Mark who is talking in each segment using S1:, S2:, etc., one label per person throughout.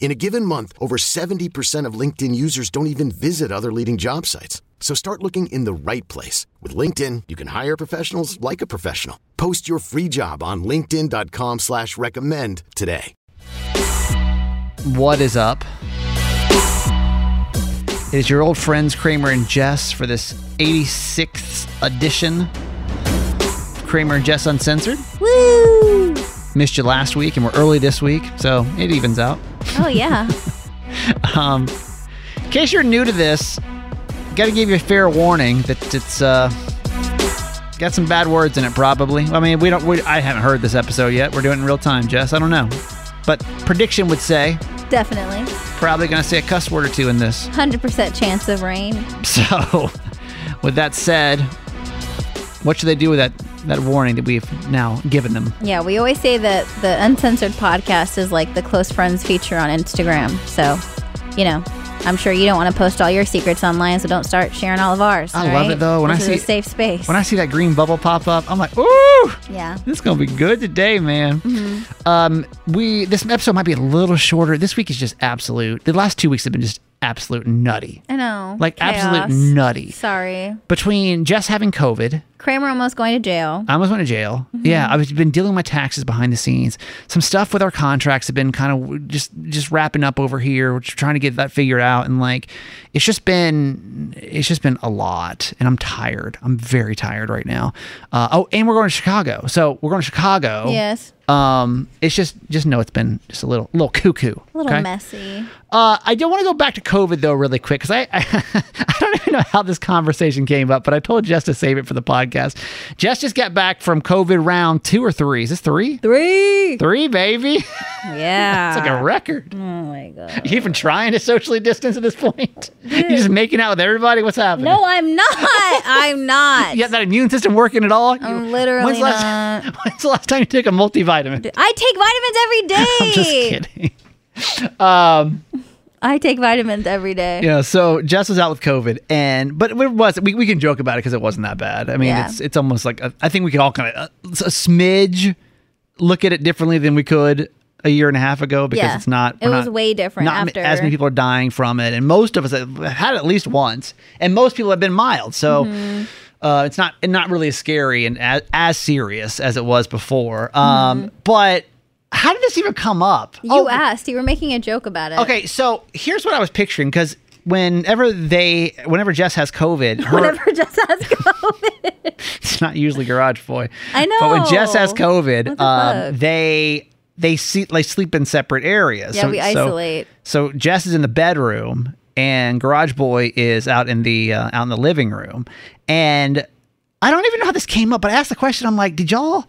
S1: In a given month, over 70% of LinkedIn users don't even visit other leading job sites. So start looking in the right place. With LinkedIn, you can hire professionals like a professional. Post your free job on linkedin.com slash recommend today.
S2: What is up? It is your old friends Kramer and Jess for this 86th edition of Kramer and Jess Uncensored.
S3: Woo!
S2: Missed you last week and we're early this week, so it evens out.
S3: Oh yeah.
S2: Um, in case you're new to this, got to give you a fair warning that it's uh, got some bad words in it. Probably. I mean, we don't. We, I haven't heard this episode yet. We're doing it in real time, Jess. I don't know, but prediction would say
S3: Definitely.
S2: probably going to say a cuss word or two in this.
S3: 100% chance of rain.
S2: So, with that said, what should they do with that that warning that we've now given them?
S3: Yeah, we always say that the uncensored podcast is like the close friends feature on Instagram. So, you know, I'm sure you don't want to post all your secrets online, so don't start sharing all of ours.
S2: I love
S3: right?
S2: it, though. When
S3: This
S2: I
S3: is
S2: see-
S3: a safe space.
S2: When I see that green bubble pop up, I'm like, ooh,
S3: yeah.
S2: this is gonna be good today, man. Um, we this episode might be a little shorter. This week is just absolute. The last two weeks have been just absolute nutty,
S3: I know.
S2: like
S3: Chaos.
S2: absolute nutty.
S3: Sorry.
S2: Between Jess having COVID,
S3: Kramer almost going to jail.
S2: I almost went to jail.
S3: Mm-hmm.
S2: Yeah, I've been dealing with my taxes behind the scenes. Some stuff with our contracts have been kind of just just wrapping up over here. We're trying to get that figured out, and like, it's just been it's just been a lot, and I'm tired. I'm very tired right now. Uh, oh, and we're going to Chicago, so we're going to Chicago.
S3: Yes.
S2: Um, it's just just know it's been just a little little cuckoo,
S3: A little
S2: okay?
S3: messy.
S2: Uh, I do want to go back to COVID though, really quick, because I, I I don't even know how this conversation came up, but I told Jess to save it for the podcast. Jess just got back from COVID round two or three. Is this three?
S3: Three.
S2: Three, baby. It's
S3: Yeah.
S2: like a record.
S3: oh my god.
S2: You even trying to socially distance at this point? You're just making out with everybody. What's happening?
S3: No, I'm not. I'm not.
S2: You got that immune system working at all?
S3: I'm
S2: You-
S3: literally
S2: when's the last, When's the last time you took a multivitamin?
S3: I take vitamins every
S2: I'm just
S3: day.
S2: kidding.
S3: I take vitamins every day.
S2: Yeah, so Jess was out with COVID, and but it was we, we can joke about it because it wasn't that bad. I mean,
S3: Yeah.
S2: it's it's almost like a, I think we could all kind of a, smidge look at it differently than we could a year and a half ago because
S3: Yeah.
S2: it's not.
S3: It
S2: we're
S3: was
S2: not-
S3: way different
S2: Not m-
S3: after-
S2: as many people are dying from it, and most of us have had it at least once, and most people have been mild. So.
S3: Mm-hmm.
S2: Uh, it's not not really as scary and as, as serious as it was before. Um, But how did this even come up?
S3: Mm-hmm. You asked. You were making a joke about it.
S2: Oh. Okay, so here's what I was picturing because whenever they, whenever Jess has COVID, her,
S3: Whatever just has COVID.
S2: it's not usually Garage Boy.
S3: I
S2: But when Jess has
S3: know.
S2: COVID,
S3: What the
S2: um,
S3: fuck?
S2: they they see like sleep in separate areas.
S3: Yeah, we isolate.
S2: So, Jess is in the bedroom and Garage Boy is out in the uh, out in the living room, and I don't even know how this came up, but I asked the question. I'm like, did y'all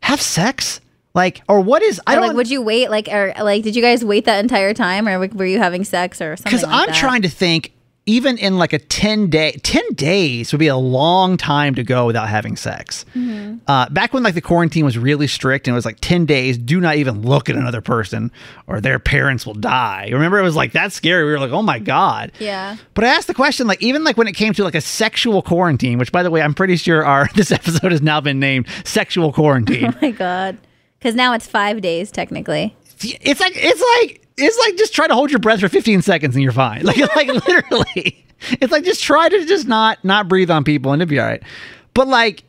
S2: have sex? Like, or what is? I
S3: Or,
S2: don't.
S3: like, would you wait? Like, or like, did you guys wait that entire time, or like, were you having sex or something?
S2: because
S3: like
S2: I'm
S3: that?
S2: trying to think. Even in like a ten day, ten days would be a long time to go without having sex.
S3: Mm-hmm.
S2: Uh, back when like the quarantine was really strict and it was like ten days, do not even look at another person or their parents will die. Remember, it was like that's scary. We were like, oh my god.
S3: Yeah.
S2: But I asked the question, like even like when it came to like a sexual quarantine, which by the way, I'm pretty sure our this episode has now been named sexual quarantine.
S3: Oh my god. Because now it's five days technically.
S2: it's like it's like it's like just try to hold your breath for 15 seconds and you're fine. Like like literally, it's like just try to just not not breathe on people and it'll be all right. But like,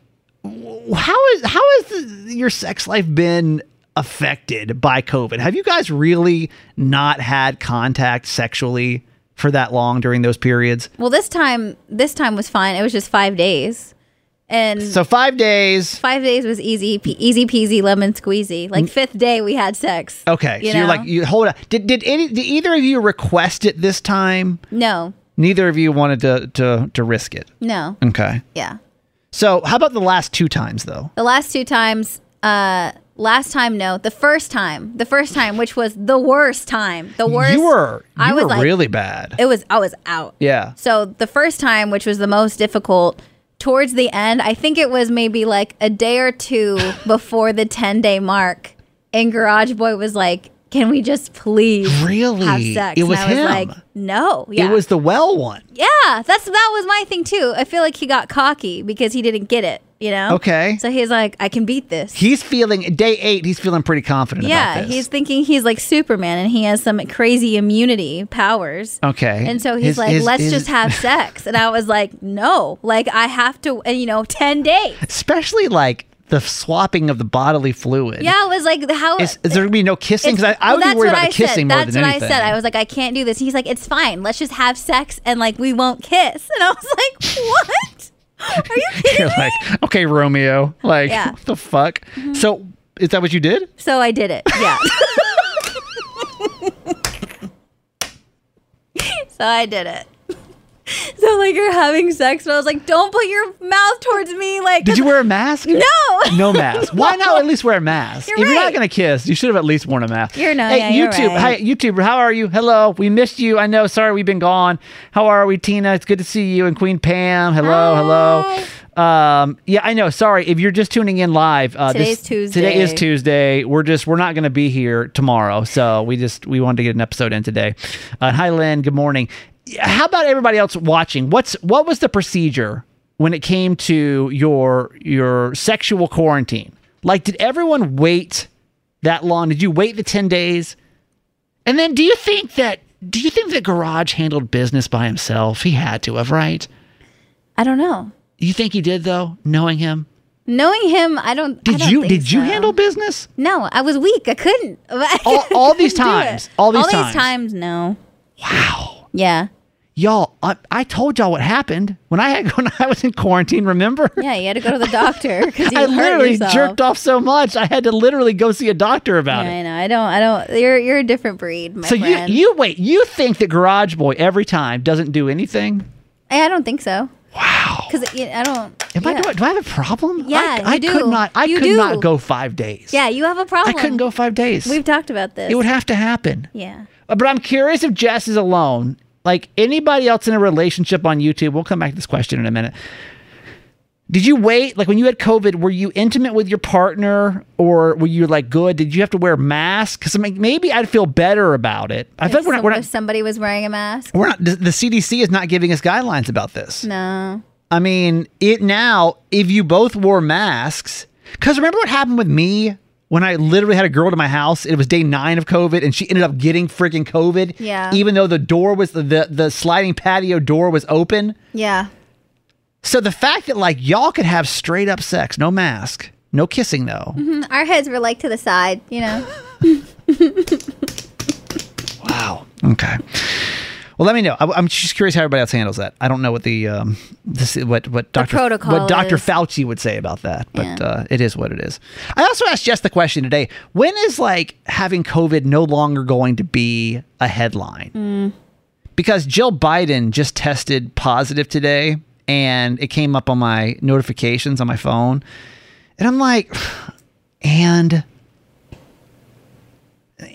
S2: w- how is how has the, your sex life been affected by COVID? Have you guys really not had contact sexually for that long during those periods?
S3: Well, this time, this time was fine. It was just five days, And
S2: So five days.
S3: five days was easy, pe- easy peasy, lemon squeezy. Like fifth day, we had sex.
S2: Mm. Okay.
S3: You
S2: so you're
S3: know?
S2: like you hold up. Did did any did either of you request it this time?
S3: No,
S2: Neither of you wanted to to to risk it.
S3: no,
S2: Okay.
S3: yeah.
S2: So how about the last two times though?
S3: The last two times, uh, last time no, the first time, the first time, which was the worst time, the worst.
S2: you were you
S3: I was
S2: were
S3: like,
S2: really bad.
S3: It was I was out.
S2: yeah.
S3: So the first time, which was the most difficult, towards the end, I think it was maybe like a day or two before the 10 day mark, and Garage Boy was like, Can we just please
S2: Really?
S3: have sex?
S2: It was
S3: and I was
S2: him.
S3: like, No. Yeah.
S2: It was the well one.
S3: yeah. That's that was my thing too. I feel like he got cocky because he didn't get it, you know?
S2: Okay.
S3: So he's like, I can beat this.
S2: He's feeling day eight. He's feeling pretty confident.
S3: yeah,
S2: about this.
S3: he's thinking he's like Superman and he has some crazy immunity powers.
S2: okay.
S3: And so
S2: His-
S3: he's like,
S2: his-
S3: let's
S2: his-
S3: just have sex. And I was like, no, like I have to, and you know, 10 days.
S2: especially like the swapping of the bodily fluid.
S3: Yeah, I was like, how
S2: Is, is there gonna be no kissing? Because I, I
S3: well,
S2: would be
S3: that's
S2: worried
S3: what
S2: about
S3: I
S2: the kissing
S3: said.
S2: more
S3: that's
S2: than
S3: what
S2: anything.
S3: I said. I was like, I can't do this. He's like, it's fine. Let's just have sex and like we won't kiss. And I was like, what? Are you kidding?
S2: You're like, okay, Romeo. Like,
S3: Yeah. Mm-hmm.
S2: what the fuck? So is that what you did?
S3: So I did it. Yeah. so I did it. So like you're having sex, and I was like, don't put your mouth towards me. Like,
S2: Did you wear a mask?
S3: No.
S2: No mask. Why not at least wear a mask?
S3: You're
S2: if you're not
S3: right.
S2: gonna kiss, you should have at least worn a mask.
S3: You're not-
S2: Hey,
S3: yeah, you're
S2: YouTube.
S3: right.
S2: Hi, YouTuber. How are you? Hello. We missed you. I know. Sorry, we've been gone. How are we, Tina? It's good to see you and Queen Pam. Hello. Hello. Um, yeah, I know. Sorry if you're just tuning in live. Uh,
S3: Today's
S2: Today is
S3: Tuesday.
S2: Tuesday. We're just we're not going to be here tomorrow, so we just we wanted to get an episode in today. Uh, hi, Lynn. Good morning. Yeah, How about everybody else watching? What's what was the procedure when it came to your your sexual quarantine? Like, did everyone wait that long? Did you wait the ten days? And then, do you think that do you think that Garage handled business by himself? He had to have, right?
S3: I don't know.
S2: You think he did though, knowing him?
S3: Knowing him, I don't. I
S2: Did
S3: don't
S2: you
S3: think
S2: did you
S3: so.
S2: handle business?
S3: No, I was weak. I couldn't. I
S2: All- all these
S3: couldn't do it.
S2: times. All these times.
S3: No.
S2: Wow.
S3: Yeah.
S2: y'all I, I told y'all what happened when i had when i was in quarantine remember
S3: Yeah. You had to go to the doctor because you
S2: i
S3: hurt
S2: literally
S3: yourself.
S2: jerked off so much i had to literally go see a doctor
S3: Yeah,
S2: about it
S3: I know. I don't. I don't. You're you're a different breed, my
S2: so
S3: friend.
S2: you you wait you think that garage boy every time doesn't do anything
S3: I, I don't think so.
S2: wow
S3: Because I don't.
S2: am
S3: yeah.
S2: i doing, do i have a problem
S3: Yeah,
S2: i, I
S3: you do.
S2: could not i
S3: You
S2: could not
S3: do.
S2: go five days
S3: Yeah, you have a
S2: i
S3: problem.
S2: couldn't go five days
S3: We've talked about this.
S2: it would have to happen
S3: yeah.
S2: Uh, But I'm curious if Jess is alone. Like anybody else in a relationship on YouTube, we'll come back to this question in a minute. Did you wait? Like when you had COVID, were you intimate with your partner or were you like good? Did you have to wear a mask? Because I mean, maybe I'd feel better about it. I feel like we're not,
S3: Some-
S2: we're
S3: if
S2: not,
S3: somebody was wearing a mask.
S2: we're not, the the CDC is not giving us guidelines about this.
S3: No.
S2: I mean, it now, if you both wore masks, because remember what happened with me when I literally had a girl to my house? It was day nine of COVID and she ended up getting freaking COVID.
S3: Yeah.
S2: Even though the door was, the, the sliding patio door was open.
S3: Yeah.
S2: So the fact that like y'all could have straight up sex, no mask, no kissing though.
S3: Our heads were like to the side, you know.
S2: Wow. Okay. Well, let me know. I, am just curious how everybody else handles that. I don't know what the um, this, what what Dr.
S3: protocol
S2: what Dr.
S3: is.
S2: Fauci would say about that, but
S3: Yeah.
S2: uh, it is what it is. I also asked Jess the question today: When is like having COVID no longer going to be a headline?
S3: Mm.
S2: Because Jill Biden just tested positive today, and it came up on my notifications on my phone, and I'm like, and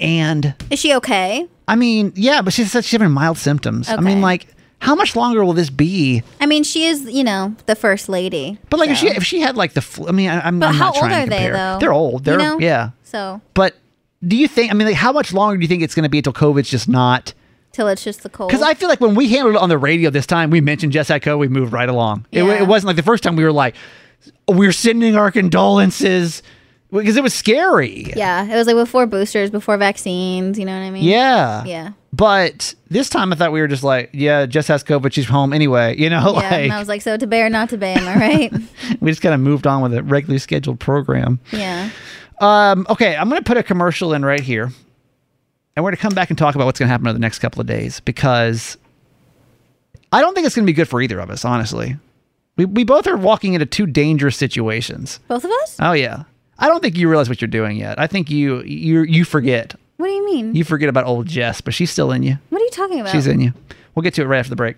S2: and
S3: Is she okay?
S2: I mean, yeah, but she said she's having mild symptoms. I
S3: Okay.
S2: mean, like, how much longer will this be?
S3: I mean, she is, you know, the first lady.
S2: But like, if
S3: so.
S2: she if she had like the, flu, I mean, I, I'm,
S3: But
S2: I'm
S3: how
S2: not
S3: old
S2: trying
S3: are
S2: to
S3: they
S2: compare.
S3: though?
S2: They're old. They're
S3: You know?
S2: yeah.
S3: So
S2: But do you think? I mean, like, how much longer do you think it's going to be until COVID's just not?
S3: till it's just the cold.
S2: Because I feel like when we handled it on the radio this time, we mentioned Jess Echo, we moved right along. It,
S3: Yeah.
S2: it wasn't like the first time we were like, we're sending our condolences because it was scary.
S3: yeah, it was like before boosters, before vaccines. You know what I mean?
S2: Yeah.
S3: Yeah.
S2: But this time I thought we were just like, yeah, Jess has COVID, she's home anyway. You know,
S3: Yeah,
S2: like
S3: and I was like, so to bay or not to bay, am I right?
S2: we just kind of moved on with a regularly scheduled program.
S3: yeah.
S2: Um, okay, I'm going to put a commercial in right here, and we're going to come back and talk about what's going to happen over the next couple of days because I don't think it's going to be good for either of us, honestly. We, we both are walking into two dangerous situations.
S3: Both of us?
S2: Oh yeah. I don't think you realize what you're doing yet. I think you you you forget.
S3: What do you mean?
S2: You forget about old Jess, but she's still in you.
S3: what are you talking about?
S2: She's in you. We'll get to it right after the break.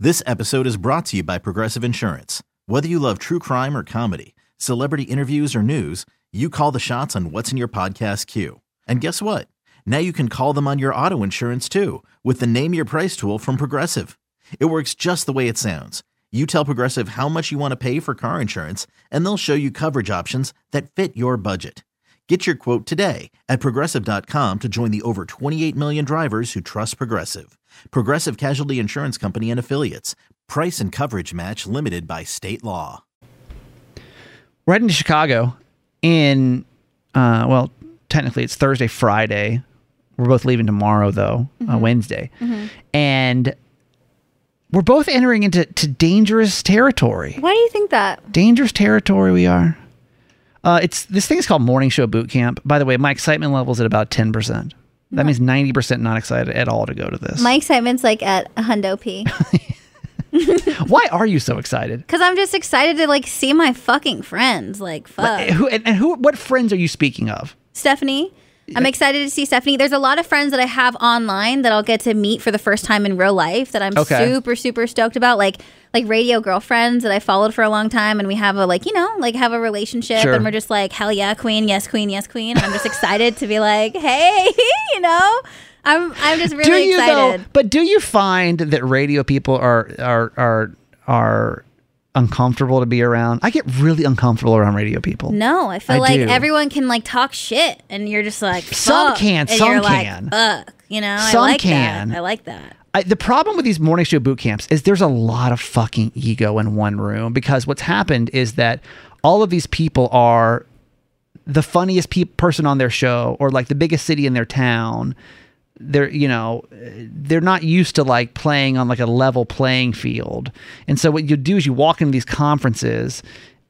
S4: This episode is brought to you by Progressive Insurance. Whether you love true crime or comedy, celebrity interviews or news, you call the shots on what's in your podcast queue. And guess what? Now you can call them on your auto insurance too with the Name Your Price tool from Progressive. It works just the way it sounds. You tell Progressive how much you want to pay for car insurance, and they'll show you coverage options that fit your budget. Get your quote today at progressive.com to join the over 28 million drivers who trust Progressive. Progressive Casualty Insurance Company and Affiliates. Price and coverage match limited by state law.
S2: We're heading to Chicago in uh well, technically it's Thursday, Friday. We're both leaving tomorrow though, uh, Wednesday. And we're both entering into to dangerous territory.
S3: Why do you think that?
S2: dangerous territory we are. Uh, it's this thing's called morning show boot camp. By the way, my excitement level's at about ten percent. That means ninety percent not excited at all to go to this.
S3: My excitement's like at a hundo p.
S2: Why are you so excited?
S3: Because I'm just excited to like see my fucking friends. Like, fuck.
S2: Like, who and, and who? What friends are you speaking of?
S3: Stephanie. I'm excited to see Stephanie. There's a lot of friends that I have online that I'll get to meet for the first time in real life that I'm
S2: Okay.
S3: super super stoked about. Like like radio girlfriends that I followed for a long time and we have a like, you know, like have a relationship
S2: Sure.
S3: and we're just like, "Hell yeah, queen. Yes, queen. Yes, queen." And I'm just excited to be like, "Hey, you know, I'm I'm just really
S2: do you
S3: excited."
S2: though? But do you find that radio people are are are are uncomfortable to be around? I get really uncomfortable around radio people.
S3: No, I feel
S2: I
S3: like
S2: do.
S3: everyone can like talk shit and you're just like,
S2: Some
S3: "Fuck,"
S2: can,
S3: and
S2: some
S3: you're like,
S2: can.
S3: "Fuck," you know,
S2: Some
S3: I like
S2: can.
S3: that. I like that.
S2: I, the problem with these morning show boot camps is there's a lot of fucking ego in one room because what's happened is that all of these people are the funniest pe- person on their show or like the biggest city in their town. They're you know they're not used to like playing on like a level playing field, and so what you do is you walk into these conferences.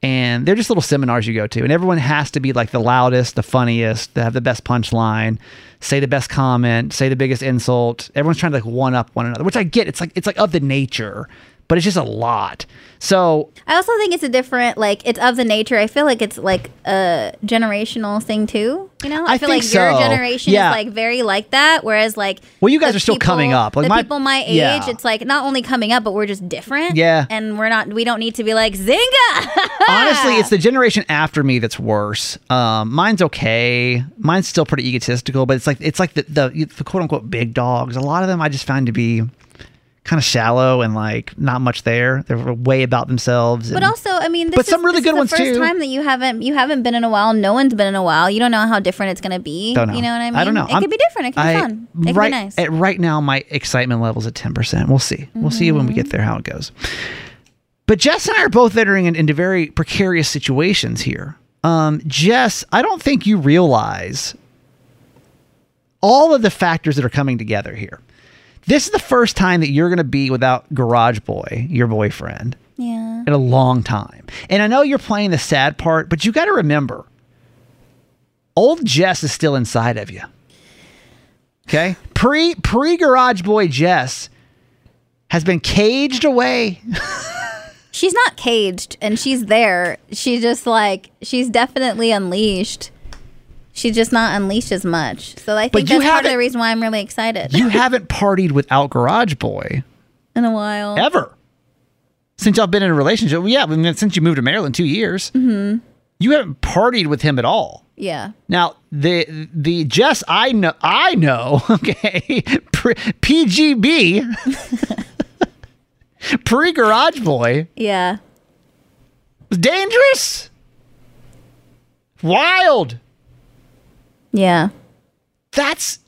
S2: And they're just little seminars you go to, and everyone has to be like the loudest, the funniest, to have the best punchline, say the best comment, say the biggest insult. Everyone's trying to like one up one another, which I get. It's like it's like of the nature, but it's just a lot. So
S3: I also think it's a different, like, it's of the nature. I feel like it's like a generational thing too. You know, I,
S2: I
S3: feel
S2: think
S3: like your
S2: so.
S3: generation
S2: Yeah.
S3: is like very like that. Whereas, like,
S2: Well, you guys
S3: the
S2: are still coming up. Like,
S3: the
S2: my-
S3: people my age,
S2: yeah.
S3: it's like not only coming up, but we're just different.
S2: Yeah.
S3: and we're not. We don't need to be like Zynga.
S2: honestly, it's the generation after me that's worse. Um, mine's okay. Mine's still pretty egotistical, but it's like it's like the the, the quote unquote big dogs. A lot of them I just find to be kind of shallow and like not much there. They're way about themselves.
S3: But
S2: and-
S3: also, I mean, this
S2: But
S3: is,
S2: some really
S3: this is
S2: good ones,
S3: the first
S2: too.
S3: time that you haven't you haven't been in a while. No one's been in a while. You don't know how different it's going to be.
S2: Don't know.
S3: You know what I mean?
S2: I don't know.
S3: It could be different. It could be
S2: I-
S3: fun.
S2: right,
S3: It could be nice.
S2: At, right now, my excitement level's at 10%. We'll see. We'll see when we get
S3: Mm-hmm.
S2: there how it goes. But Jess and I are both entering in- into very precarious situations here. Um, Jess, I don't think you realize all of the factors that are coming together here. This is the first time that you're going to be without Garage Boy, your boyfriend,
S3: yeah.
S2: in a long time. And I know you're playing the sad part, but you got to remember old Jess is still inside of you. Okay? Pre pre garage boy Jess has been caged away.
S3: She's not caged and she's there. She's just like she's definitely unleashed. She's just not unleashed as much. So I
S2: But
S3: think
S2: you
S3: that's part of
S2: haven't-
S3: the reason why I'm really excited.
S2: You haven't partied without garage boy
S3: in a while.
S2: ever. Since y'all been in a relationship. Well, yeah, I mean, since you moved to Maryland 2 years. Mm-hmm. You haven't partied with him at all.
S3: Yeah.
S2: Now the the Jess I know I know okay pre, PGB pre Garage Boy
S3: Yeah.
S2: was dangerous, wild.
S3: Yeah.
S2: That's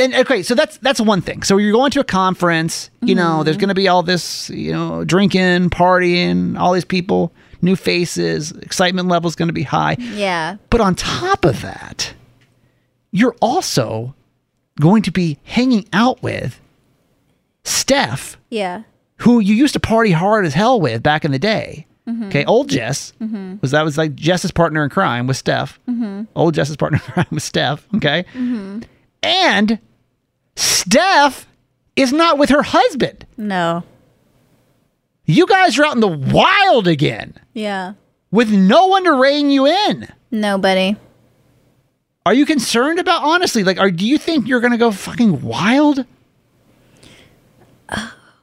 S2: and okay. So that's that's one thing. So you're going to a conference. You know, there's going to be all this you know drinking, partying, all these people, new faces, excitement level's going to be high.
S3: Yeah.
S2: But on top of that, you're also going to be hanging out with Steph,
S3: Yeah.
S2: who you used to party hard as hell with back in the day. Okay, old Jess was that was like Jess's partner in crime was Steph. Old Jess's partner in crime was Steph. Okay, and Steph is not with her husband.
S3: No.
S2: You guys are out in the wild again
S3: Yeah.
S2: with no one to rein you in.
S3: Nobody.
S2: Are you concerned about honestly? Like, are do you think you're gonna go fucking wild?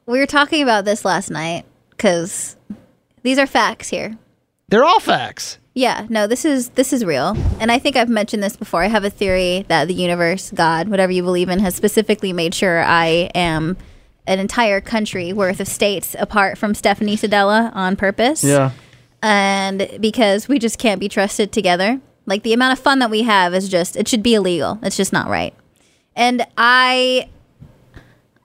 S3: We were talking about this last night because these are facts here.
S2: They're all facts.
S3: Yeah, no, this is this is real. And I think I've mentioned this before. I have a theory that the universe, God, whatever you believe in, has specifically made sure I am an entire country worth of states apart from Stephanie Sedella on purpose. And because we just can't be trusted together. Like the amount of fun that we have is just it should be illegal. It's just not right. And I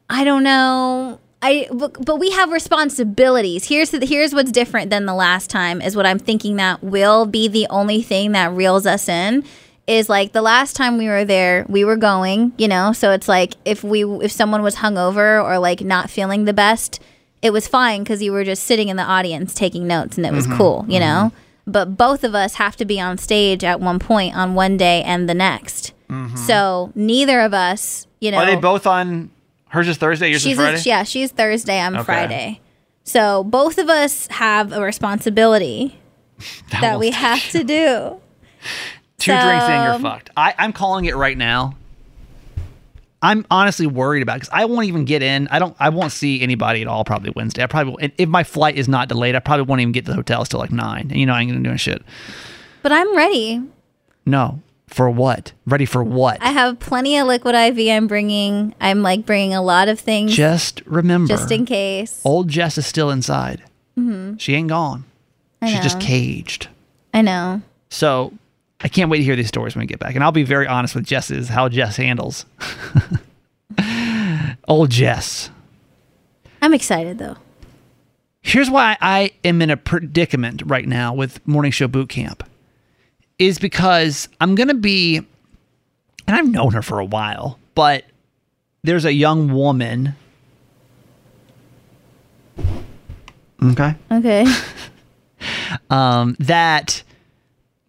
S3: I don't know. I but, but we have responsibilities. Here's the, here's what's different than the last time is what I'm thinking that will be the only thing that reels us in is like the last time we were there, we were going, you know, so it's like if we if someone was hungover or like not feeling the best, it was fine cuz you were just sitting in the audience taking notes and it
S5: Mm-hmm.
S3: was cool, you know. But both of us have to be on stage at one point on one day and the next. So neither of us, you know,
S5: Mm-hmm. Are they both on? Hers is Thursday. Yours is
S3: she's
S5: Friday.
S3: A, yeah, she's Thursday. I'm Friday. So both of us have a responsibility that, we have to do.
S5: Two drinks in, you're
S3: Um,
S5: fucked. I, I'm calling it right now.
S2: I'm honestly worried about because I won't even get in. I don't. I won't see anybody at all. Probably Wednesday. I probably won't- and if my flight is not delayed, I probably won't even get to the hotels till like nine. And you know I ain't gonna do shit.
S3: But I'm ready.
S2: No, for what? Ready for what?
S3: I have plenty of liquid IV. I'm bringing. I'm like bringing a lot of things just,
S2: just remember,
S3: in case.
S2: old Jess is still inside. She ain't gone. She's just
S3: know.
S2: caged.
S3: I know.
S2: So I can't wait to hear these stories when we get back. And I'll be very honest with Jess's how Jess handles. Old Jess.
S3: I'm excited though.
S2: Here's why I am in a predicament right now with Morning Show Boot Camp is because I'm going to be, and I've known her for a while, but there's a young woman. Okay.
S3: Okay.
S2: um, that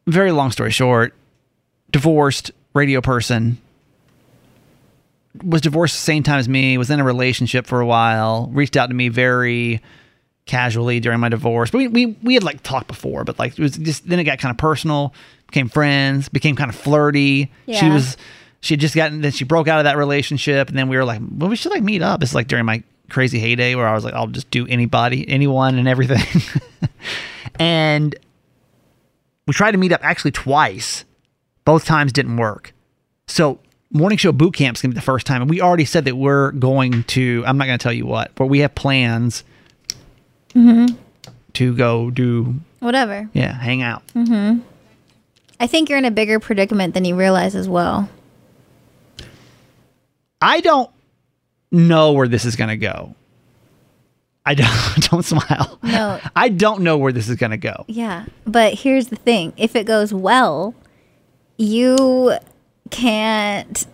S2: very long story short divorced radio person was divorced the same time as me was in a relationship for a while reached out to me very casually during my divorce but we, we, we had like talked before but like it was just then it got kind of personal became friends became kind of flirty she
S3: Yeah.
S2: was she had just gotten then she broke out of that relationship and then we were like well we should like meet up it's like during my crazy heyday where i was like i'll just do anybody anyone and everything and we tried to meet up actually twice. Both times didn't work. So morning show boot camp's gonna be the first time, and we already said that we're going to. I'm not gonna tell you what, but we have plans
S3: Mm-hmm.
S2: to go do
S3: Whatever.
S2: yeah, hang out.
S3: I think you're in a bigger predicament than you realize as well.
S2: I don't know where this is gonna go. I don't don't smile.
S3: No.
S2: I don't know where this is gonna go.
S3: Yeah, but here's the thing: if it goes well, you can't,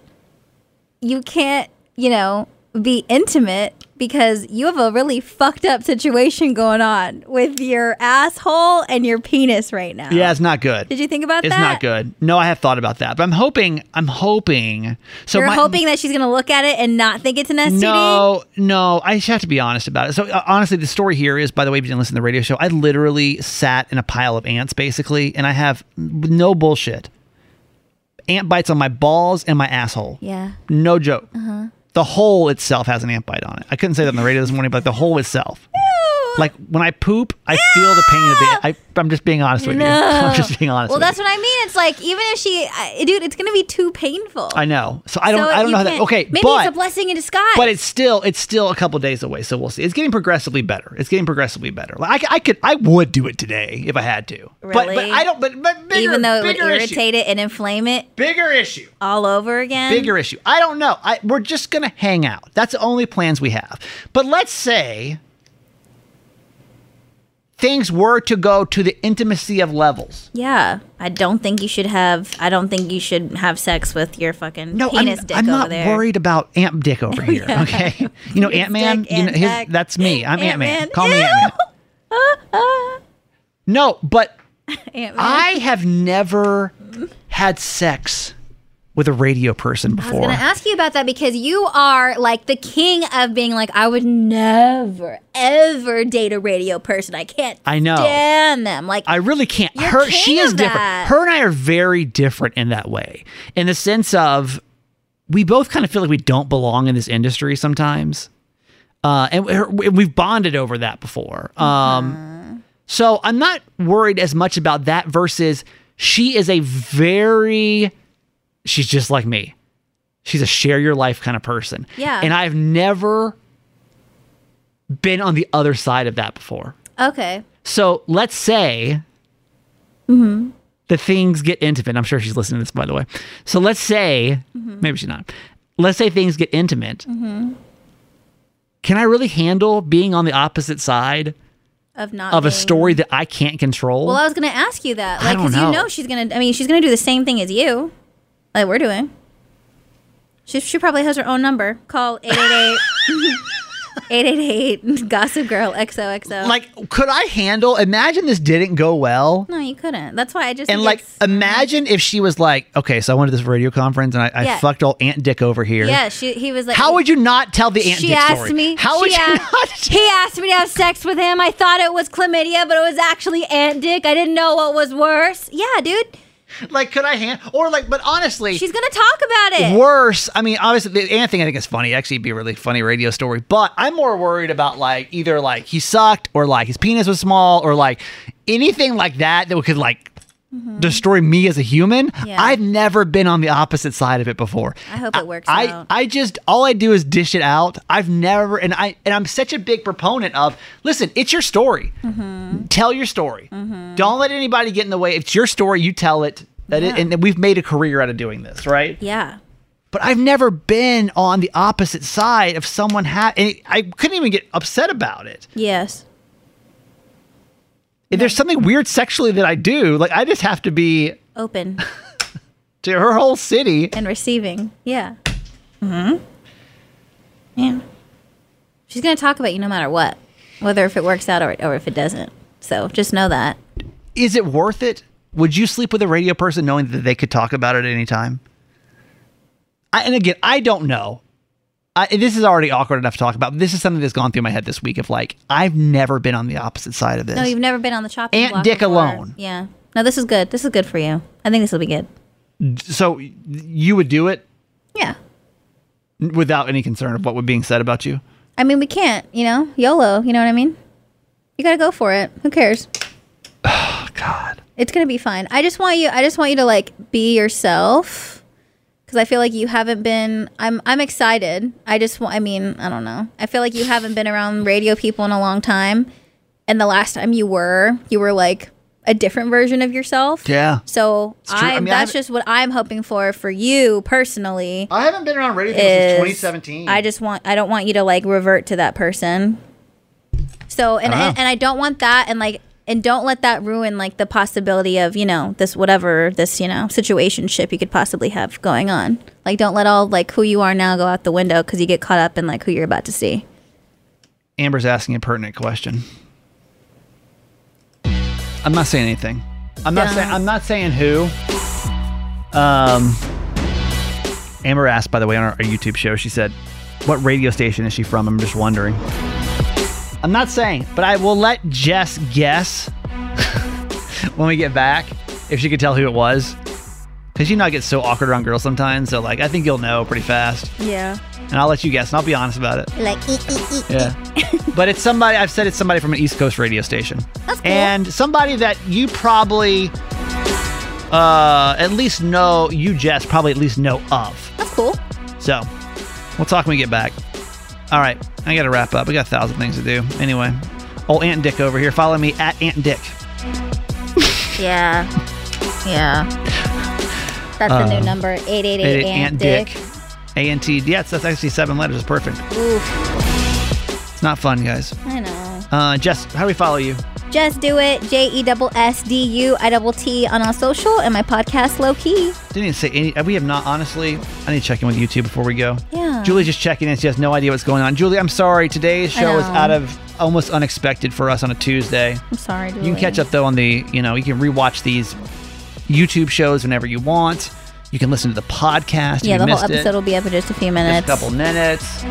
S3: you can't, you know, be intimate because you have a really fucked up situation going on with your asshole and your penis right now.
S2: Yeah, it's not good.
S3: Did you think about
S2: it's
S3: that?
S2: not good. No, I have thought about that, but I'm hoping. I'm hoping. So
S3: You're
S2: my,
S3: hoping that she's gonna look at it and not think it's an STD.
S2: No, no, I just have to be honest about it. So uh, honestly, the story here is, by the way, if you didn't listen to the radio show, I literally sat in a pile of ants basically, and I have no bullshit. Ant bites on my balls and my asshole.
S3: Yeah. Uh-huh.
S2: No joke. The hole itself has an ant bite on it. I couldn't say that on the radio this morning, but the hole itself. Like when I poop, I feel the pain of the. I, I'm just being honest with you. I'm just being honest.
S3: Well,
S2: with
S3: that's
S2: you.
S3: what I mean. It's like even if she, I, dude, it's gonna be too painful.
S2: I know. So I don't. I don't know how that. Okay,
S3: maybe
S2: but
S3: it's a blessing in disguise.
S2: but it's still it's still a couple days away so we'll see it's getting progressively better it's getting progressively better like i, I could i would do it today if i had to but, but
S3: Really?
S2: i don't but, but bigger,
S3: even though it would
S2: bigger issue,
S3: irritate it and inflame it
S2: bigger issue
S3: all over again.
S2: bigger issue i don't know I, we're just gonna hang out that's the only plans we have but let's say things were to go to the intimacy of levels
S3: Yeah, I don't think you should have. I don't think you should have sex with your fucking
S2: no, I'm,
S3: penis dick
S2: I'm
S3: over
S2: not
S3: there.
S2: worried about Ant Dick over here. Okay, you know
S3: Penis
S2: Ant Man.
S3: dick,
S2: You know,
S3: Ant
S2: his-
S3: Dick.
S2: that's me. I'm Ant Man.
S3: Ant-Man.
S2: Call me Ant Man. No, but
S3: Ant-Man.
S2: Ah. I have never had sex with a radio person
S3: I was
S2: before.
S3: going to ask you about that because you are like the king of being like, I would never, ever date a radio person. I can't
S2: I know.
S3: stand them. Like,
S2: I really can't.
S3: You're
S2: her,
S3: king
S2: she is
S3: of
S2: different.
S3: that.
S2: Her and I are very different in that way, in the sense of we both kind of feel like we don't belong in this industry sometimes, uh, and her- we- we've bonded over that before. Um,
S3: Uh-huh.
S2: So I'm not worried as much about that. Versus, she is a very, she's just like me. She's a share your life kind of person.
S3: Yeah.
S2: and I've never been on the other side of that before.
S3: okay.
S2: So let's say
S3: Mm-hmm.
S2: the things get intimate. I'm sure she's listening to this, by the way. So let's say,
S3: Mm-hmm.
S2: maybe she's not. Let's say things get intimate. Can I really handle being on the opposite side
S3: Of not
S2: of a
S3: being-
S2: story that I can't control?
S3: Well, I was going to ask you that. Like,
S2: don't
S3: because
S2: know.
S3: you know she's going to, I mean, she's going to do the same thing as you, like we're doing. She, she probably has her own number. Call 888 888 Gossip Girl XOXO.
S2: like, could I handle? Imagine this didn't go well.
S3: no, you couldn't. That's why I just.
S2: And
S3: think
S2: like,
S3: it's-
S2: imagine if she was like, okay, so I went to this radio conference and I, I
S3: Yeah.
S2: fucked old Aunt Dick over here.
S3: yeah, she, he was like.
S2: How would you not tell the Aunt
S3: she
S2: Dick
S3: asked
S2: story?
S3: me.
S2: How would
S3: she
S2: you
S3: asked,
S2: not?
S3: He asked me to have sex with him. I thought it was chlamydia, but it was actually ant dick. I didn't know what was worse. Yeah, dude.
S2: Like, could I hand or like? But honestly,
S3: She's gonna talk about it.
S2: worse. I mean, obviously, the Anthony I think is funny. Actually, it'd be a really funny radio story. But I'm more worried about like either like he sucked or like his penis was small or like anything like that that could like. Destroy me as a human.
S3: Mm-hmm. Yeah.
S2: I've never been on the opposite side of it before.
S3: I hope it works
S2: I,
S3: out.
S2: I just all I do is dish it out. I've never and I and I'm such a big proponent of listen, it's your story.
S3: Mm-hmm.
S2: Tell your story. Don't let anybody get in the way. It's your story, you tell it. That it, and we've made a career out of doing this, right?
S3: yeah.
S2: But I've never been on the opposite side of someone ha- and it- I couldn't even get upset about it.
S3: Yes.
S2: If there's something weird sexually that I do, like I just have to be
S3: Open
S2: to her whole city.
S3: and receiving. Yeah.
S2: Mm-hmm.
S3: Hmm. Yeah. She's gonna talk about you no matter what, whether if it works out or or if it doesn't. So just know that.
S2: Is it worth it? Would you sleep with a radio person knowing that they could talk about it at any time? I, and again, I don't know. I, and this is already awkward enough to talk about. but This is something that's gone through my head this week of like, I've never been on the opposite side of this.
S3: No, you've never been on the chopping
S2: Ant
S3: block
S2: dick
S3: before.
S2: alone.
S3: Yeah. No, this is good. This is good for you. I think this will be good.
S2: so you would do it
S3: Yeah.
S2: without any concern of what was being said about you?
S3: I mean, we can't, you know, YOLO, you know what I mean? You got to go for it. Who cares?
S2: Oh, God.
S3: It's going to be fine. I just want you I just want you to like be yourself cuz I feel like you haven't been I'm I'm excited. I just want I mean, I don't know. I feel like you haven't been around radio people in a long time. And the last time you were, you were like a different version of yourself.
S2: Yeah.
S3: So
S2: true.
S3: I,
S2: I mean, I
S3: that's
S2: haven't-
S3: just what I'm hoping for for you personally.
S2: I haven't been around radio
S3: is- I just want I don't want you to like revert to that person. So and,
S2: Uh-huh.
S3: and and I don't want that and like and don't let that ruin like the possibility of, you know, this whatever this, you know, situation ship you could possibly have going on. Like don't let all like who you are now go out the window cuz you get caught up in like who you're about to see.
S2: Amber's asking a pertinent question. I'm not saying anything. I'm not
S3: Yeah.
S2: saying. I'm not saying who. Um. Amber asked, by the way, on our, our YouTube show. She said, "What radio station is she from?" I'm just wondering. I'm not saying, but I will let Jess guess when we get back if she could tell who it was. Because you know I get so awkward around girls sometimes. So like, I think you'll know pretty fast,
S3: Yeah.
S2: and I'll let you guess, and I'll be honest about it.
S3: Like "Ee, ee, ee, ee."
S2: Yeah. but it's somebody, I've said it's somebody from an East Coast radio station.
S3: That's cool.
S2: And somebody that you probably uh, at least know, you, Jess, probably at least know of.
S3: That's cool.
S2: So we'll talk when we get back. All right. I got to wrap up. We got a thousand things to do. Anyway, old Aunt Dick over here. Follow me at Aunt Dick.
S3: Yeah. Yeah. That's the
S2: Um,
S3: new number 888 Aunt Dick.
S2: A N T. Yes, that's actually seven letters. It's perfect.
S3: Oof.
S2: It's not fun, guys.
S3: I know.
S2: Uh, Jess, how do we follow you?
S3: Just do it. J E double S D U I double T E on all social and my podcast low key.
S2: Didn't even say any. uh, We have not, honestly. I need to check in with you two before we go.
S3: Yeah.
S2: Julie's just checking in. She has no idea what's going on. Julie, I'm sorry. Today's show is
S3: know.
S2: out of almost unexpected for us on a Tuesday.
S3: I'm sorry. Julie.
S2: You can catch up, though, on the, you know, you can rewatch these YouTube shows whenever you want. You can listen to the podcast. if
S3: Yeah,
S2: you
S3: the whole
S2: missed it.
S3: episode will be up in just a few
S5: Just
S3: minutes.
S5: a couple minutes.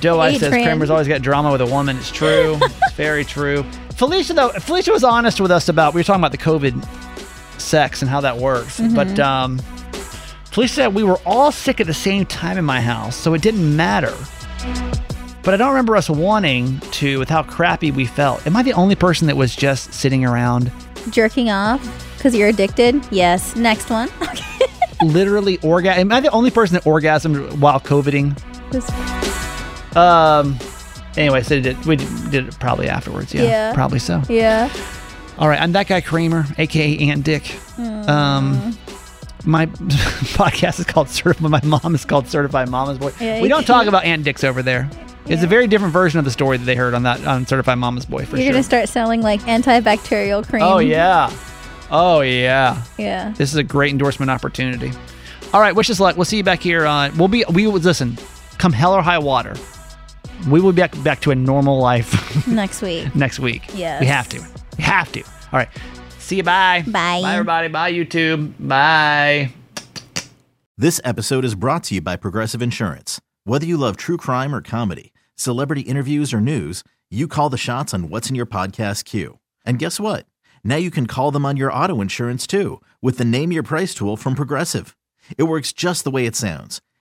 S5: Doe Eye says
S3: Adrian.
S5: Kramer's always got drama with a woman. It's true. it's very true.
S2: Felicia though Felicia was honest with us about we were talking about the COVID sex and how that works. But um, Felicia said we were all sick at the same time in my house, so it didn't matter. But I don't remember us wanting to with how crappy we felt. Am I the only person that was just sitting around
S3: Jerking off because you're addicted? Yes. Next one.
S2: literally orgasm? Am I the only person that orgasmed while coveting?
S3: This-
S2: Anyway, so did, we did it probably afterwards. Yeah,
S3: Yeah.
S2: probably so.
S3: yeah.
S2: All right, I'm that guy Kramer, aka Aunt Dick.
S3: Hmm.
S2: Um, my podcast is called Certified. My mom is called Certified Mama's Boy.
S3: Yeah,
S2: we
S3: you
S2: don't
S3: can't-
S2: talk about Aunt Dicks over there. It's a very different version of the story that they heard on that on Certified Mama's Boy for
S3: You're
S2: sure.
S3: gonna start selling like antibacterial cream.
S2: oh yeah, oh yeah.
S3: Yeah.
S2: This is a great endorsement opportunity. All right, wish us luck. We'll see you back here. Uh, we'll be we will listen. Come hell or high water, we will be back back to a normal life
S3: Next week.
S2: next week.
S3: Yes.
S2: we have to. We have to. All right. See you. Bye.
S3: Bye.
S5: Bye, everybody. Bye, YouTube. Bye.
S4: This episode is brought to you by Progressive Insurance. Whether you love true crime or comedy, celebrity interviews or news, you call the shots on what's in your podcast queue. And guess what? Now you can call them on your auto insurance too with the Name Your Price tool from Progressive. It works just the way it sounds.